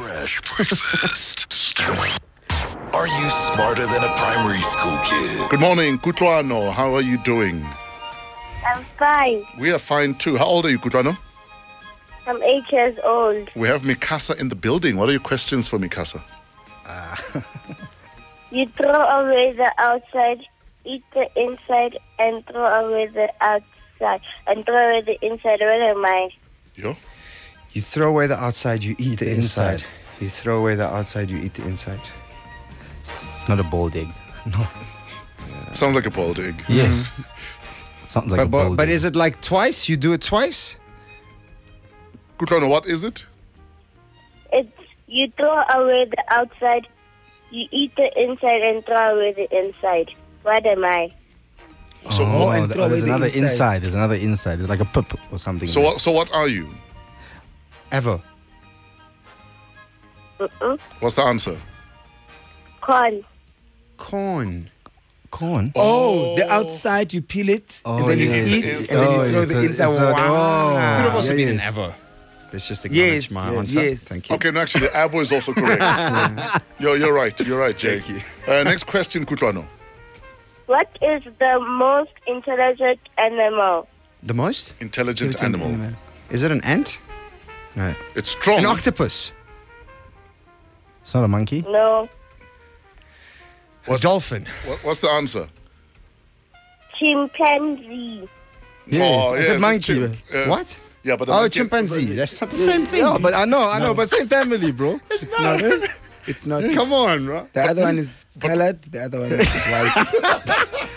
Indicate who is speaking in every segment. Speaker 1: English breakfast. Are you smarter than a primary school kid?
Speaker 2: Good morning, Kutlwano. How are you doing?
Speaker 3: I'm fine.
Speaker 2: We are fine too. How old are you, Kutlwano?
Speaker 3: I'm eight years old.
Speaker 2: We have Mikasa in the building. What are your questions for Mikasa?
Speaker 3: You throw away the outside, eat the inside, and throw away the outside, and throw away the inside. What am I?
Speaker 2: Yo?
Speaker 4: You throw away the outside, you eat the, inside.
Speaker 5: inside.
Speaker 4: You throw away the outside, you eat the inside.
Speaker 5: It's not a boiled egg.
Speaker 2: Sounds like a boiled egg.
Speaker 5: Yes. Mm-hmm. It's not like a
Speaker 4: but, but,
Speaker 5: boiled
Speaker 4: but
Speaker 5: egg.
Speaker 4: is it like twice? You do it twice?
Speaker 2: Kutlwano, what is it?
Speaker 3: It's you throw away the outside, you eat the inside, and throw away the inside. What am I?
Speaker 2: So,
Speaker 5: oh,
Speaker 2: what,
Speaker 5: th-
Speaker 6: throw
Speaker 5: there's
Speaker 6: away the
Speaker 5: another
Speaker 6: inside.
Speaker 5: inside. There's another inside. It's like a pip or something.
Speaker 2: so, what, so what are you?
Speaker 4: Ever.
Speaker 3: Mm-mm.
Speaker 2: What's the answer?
Speaker 3: Corn.
Speaker 4: Corn.
Speaker 5: Corn.
Speaker 6: Oh, the outside, you peel it,
Speaker 5: Oh,
Speaker 6: and then
Speaker 2: yeah,
Speaker 6: you
Speaker 2: the
Speaker 6: eat, and
Speaker 2: inside.
Speaker 6: then
Speaker 2: Oh,
Speaker 6: you throw
Speaker 5: it's
Speaker 6: the
Speaker 5: a-
Speaker 6: inside.
Speaker 5: it's a-
Speaker 6: Wow.
Speaker 5: oh.
Speaker 6: Could have
Speaker 4: Yeah,
Speaker 6: also been
Speaker 4: yes.
Speaker 6: an ever.
Speaker 4: Let's just acknowledge
Speaker 6: Yes,
Speaker 4: my
Speaker 6: yes,
Speaker 4: answer.
Speaker 6: yes.
Speaker 4: Thank you.
Speaker 2: Okay, no, actually, the Avo is also correct. you're, you're right. You're right, Jake.
Speaker 4: Thank
Speaker 2: Uh, next question, Kutlwano.
Speaker 3: What is the most intelligent animal?
Speaker 4: The most?
Speaker 2: Intelligent
Speaker 4: It's an
Speaker 2: animal.
Speaker 4: Is it an ant? No.
Speaker 2: It's strong.
Speaker 4: An octopus.
Speaker 5: It's not a monkey.
Speaker 3: No,
Speaker 4: A dolphin.
Speaker 2: What- what's the answer?
Speaker 3: chimpanzee.
Speaker 2: Oh,
Speaker 4: it's
Speaker 2: yes,
Speaker 4: a
Speaker 2: it's
Speaker 4: monkey.
Speaker 2: chim- uh,
Speaker 4: what?
Speaker 2: Yeah, but a
Speaker 4: Oh,
Speaker 2: monkey-
Speaker 4: chimpanzee. That's not the same thing.
Speaker 5: Yeah, but I know, I know, but same family, bro.
Speaker 6: It's not. It's not.
Speaker 4: Come on, bro.
Speaker 6: The other one is colored, the other one is white.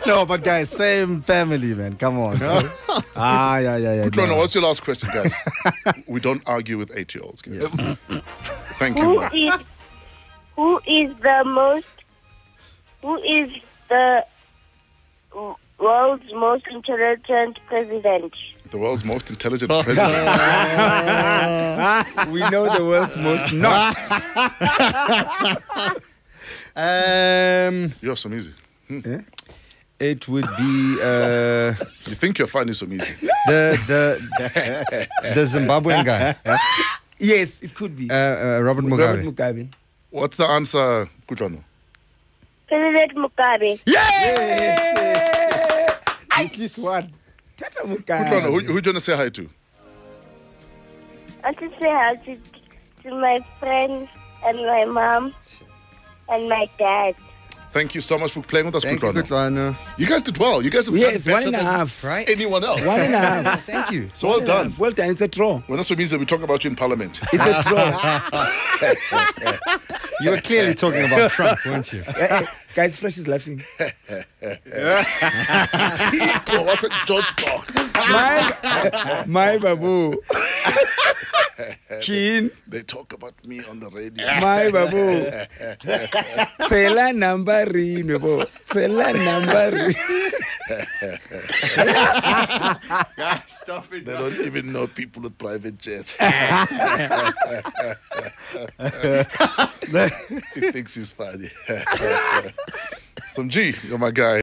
Speaker 5: No, but guys, same family, man. Come on. bro. ah, yeah, yeah, yeah.
Speaker 2: Kutlwano,
Speaker 5: no.
Speaker 2: what's your last question, guys? we don't argue with eight-year-olds, guys. Thank you.
Speaker 3: Who
Speaker 2: Mark.
Speaker 3: is who is the most who is the w- world's most intelligent president?
Speaker 2: The world's most intelligent
Speaker 4: Oh,
Speaker 2: president.
Speaker 6: we know the world's most not.
Speaker 4: Um,
Speaker 2: You're so easy.
Speaker 4: it would be uh,
Speaker 2: You think you're finding so easy.
Speaker 4: the the the Zimbabwean guy, uh,
Speaker 6: Yes, it could be.
Speaker 4: uh, Robert Mugabe.
Speaker 6: Robert Mugabe.
Speaker 2: What's the answer, Kutlano?
Speaker 3: President Mugabe.
Speaker 5: At least one.
Speaker 6: Tata
Speaker 2: Kutlano, who,
Speaker 6: Mugabe.
Speaker 2: who do you want to say hi to?
Speaker 3: I want to say hi to, to my friends and my mom and my dad.
Speaker 2: Thank you so much for playing with us,
Speaker 4: Thank you,
Speaker 2: Kutlano.
Speaker 4: Kutlwano.
Speaker 2: You guys did well. You guys have
Speaker 6: Yes,
Speaker 2: done
Speaker 6: one
Speaker 2: better
Speaker 6: and a
Speaker 2: than
Speaker 6: half.
Speaker 4: Right?
Speaker 2: anyone else.
Speaker 6: One and a half.
Speaker 4: Thank you.
Speaker 2: So well
Speaker 6: One and a
Speaker 2: done.
Speaker 6: half. Well done. It's a draw.
Speaker 2: We're not so easy. We talk about you in Parliament.
Speaker 6: It's a draw.
Speaker 4: You were clearly talking about Trump, weren't you?
Speaker 6: Guys, Flash is laughing.
Speaker 2: Well, What's it, George Park?
Speaker 6: My, my babu. Keen.
Speaker 2: They talk about me on the radio.
Speaker 6: my babu tsela number rinwe bo tsela number rinwe
Speaker 2: They don't even know people with private jets. he thinks he's funny. Some G, you're my guy.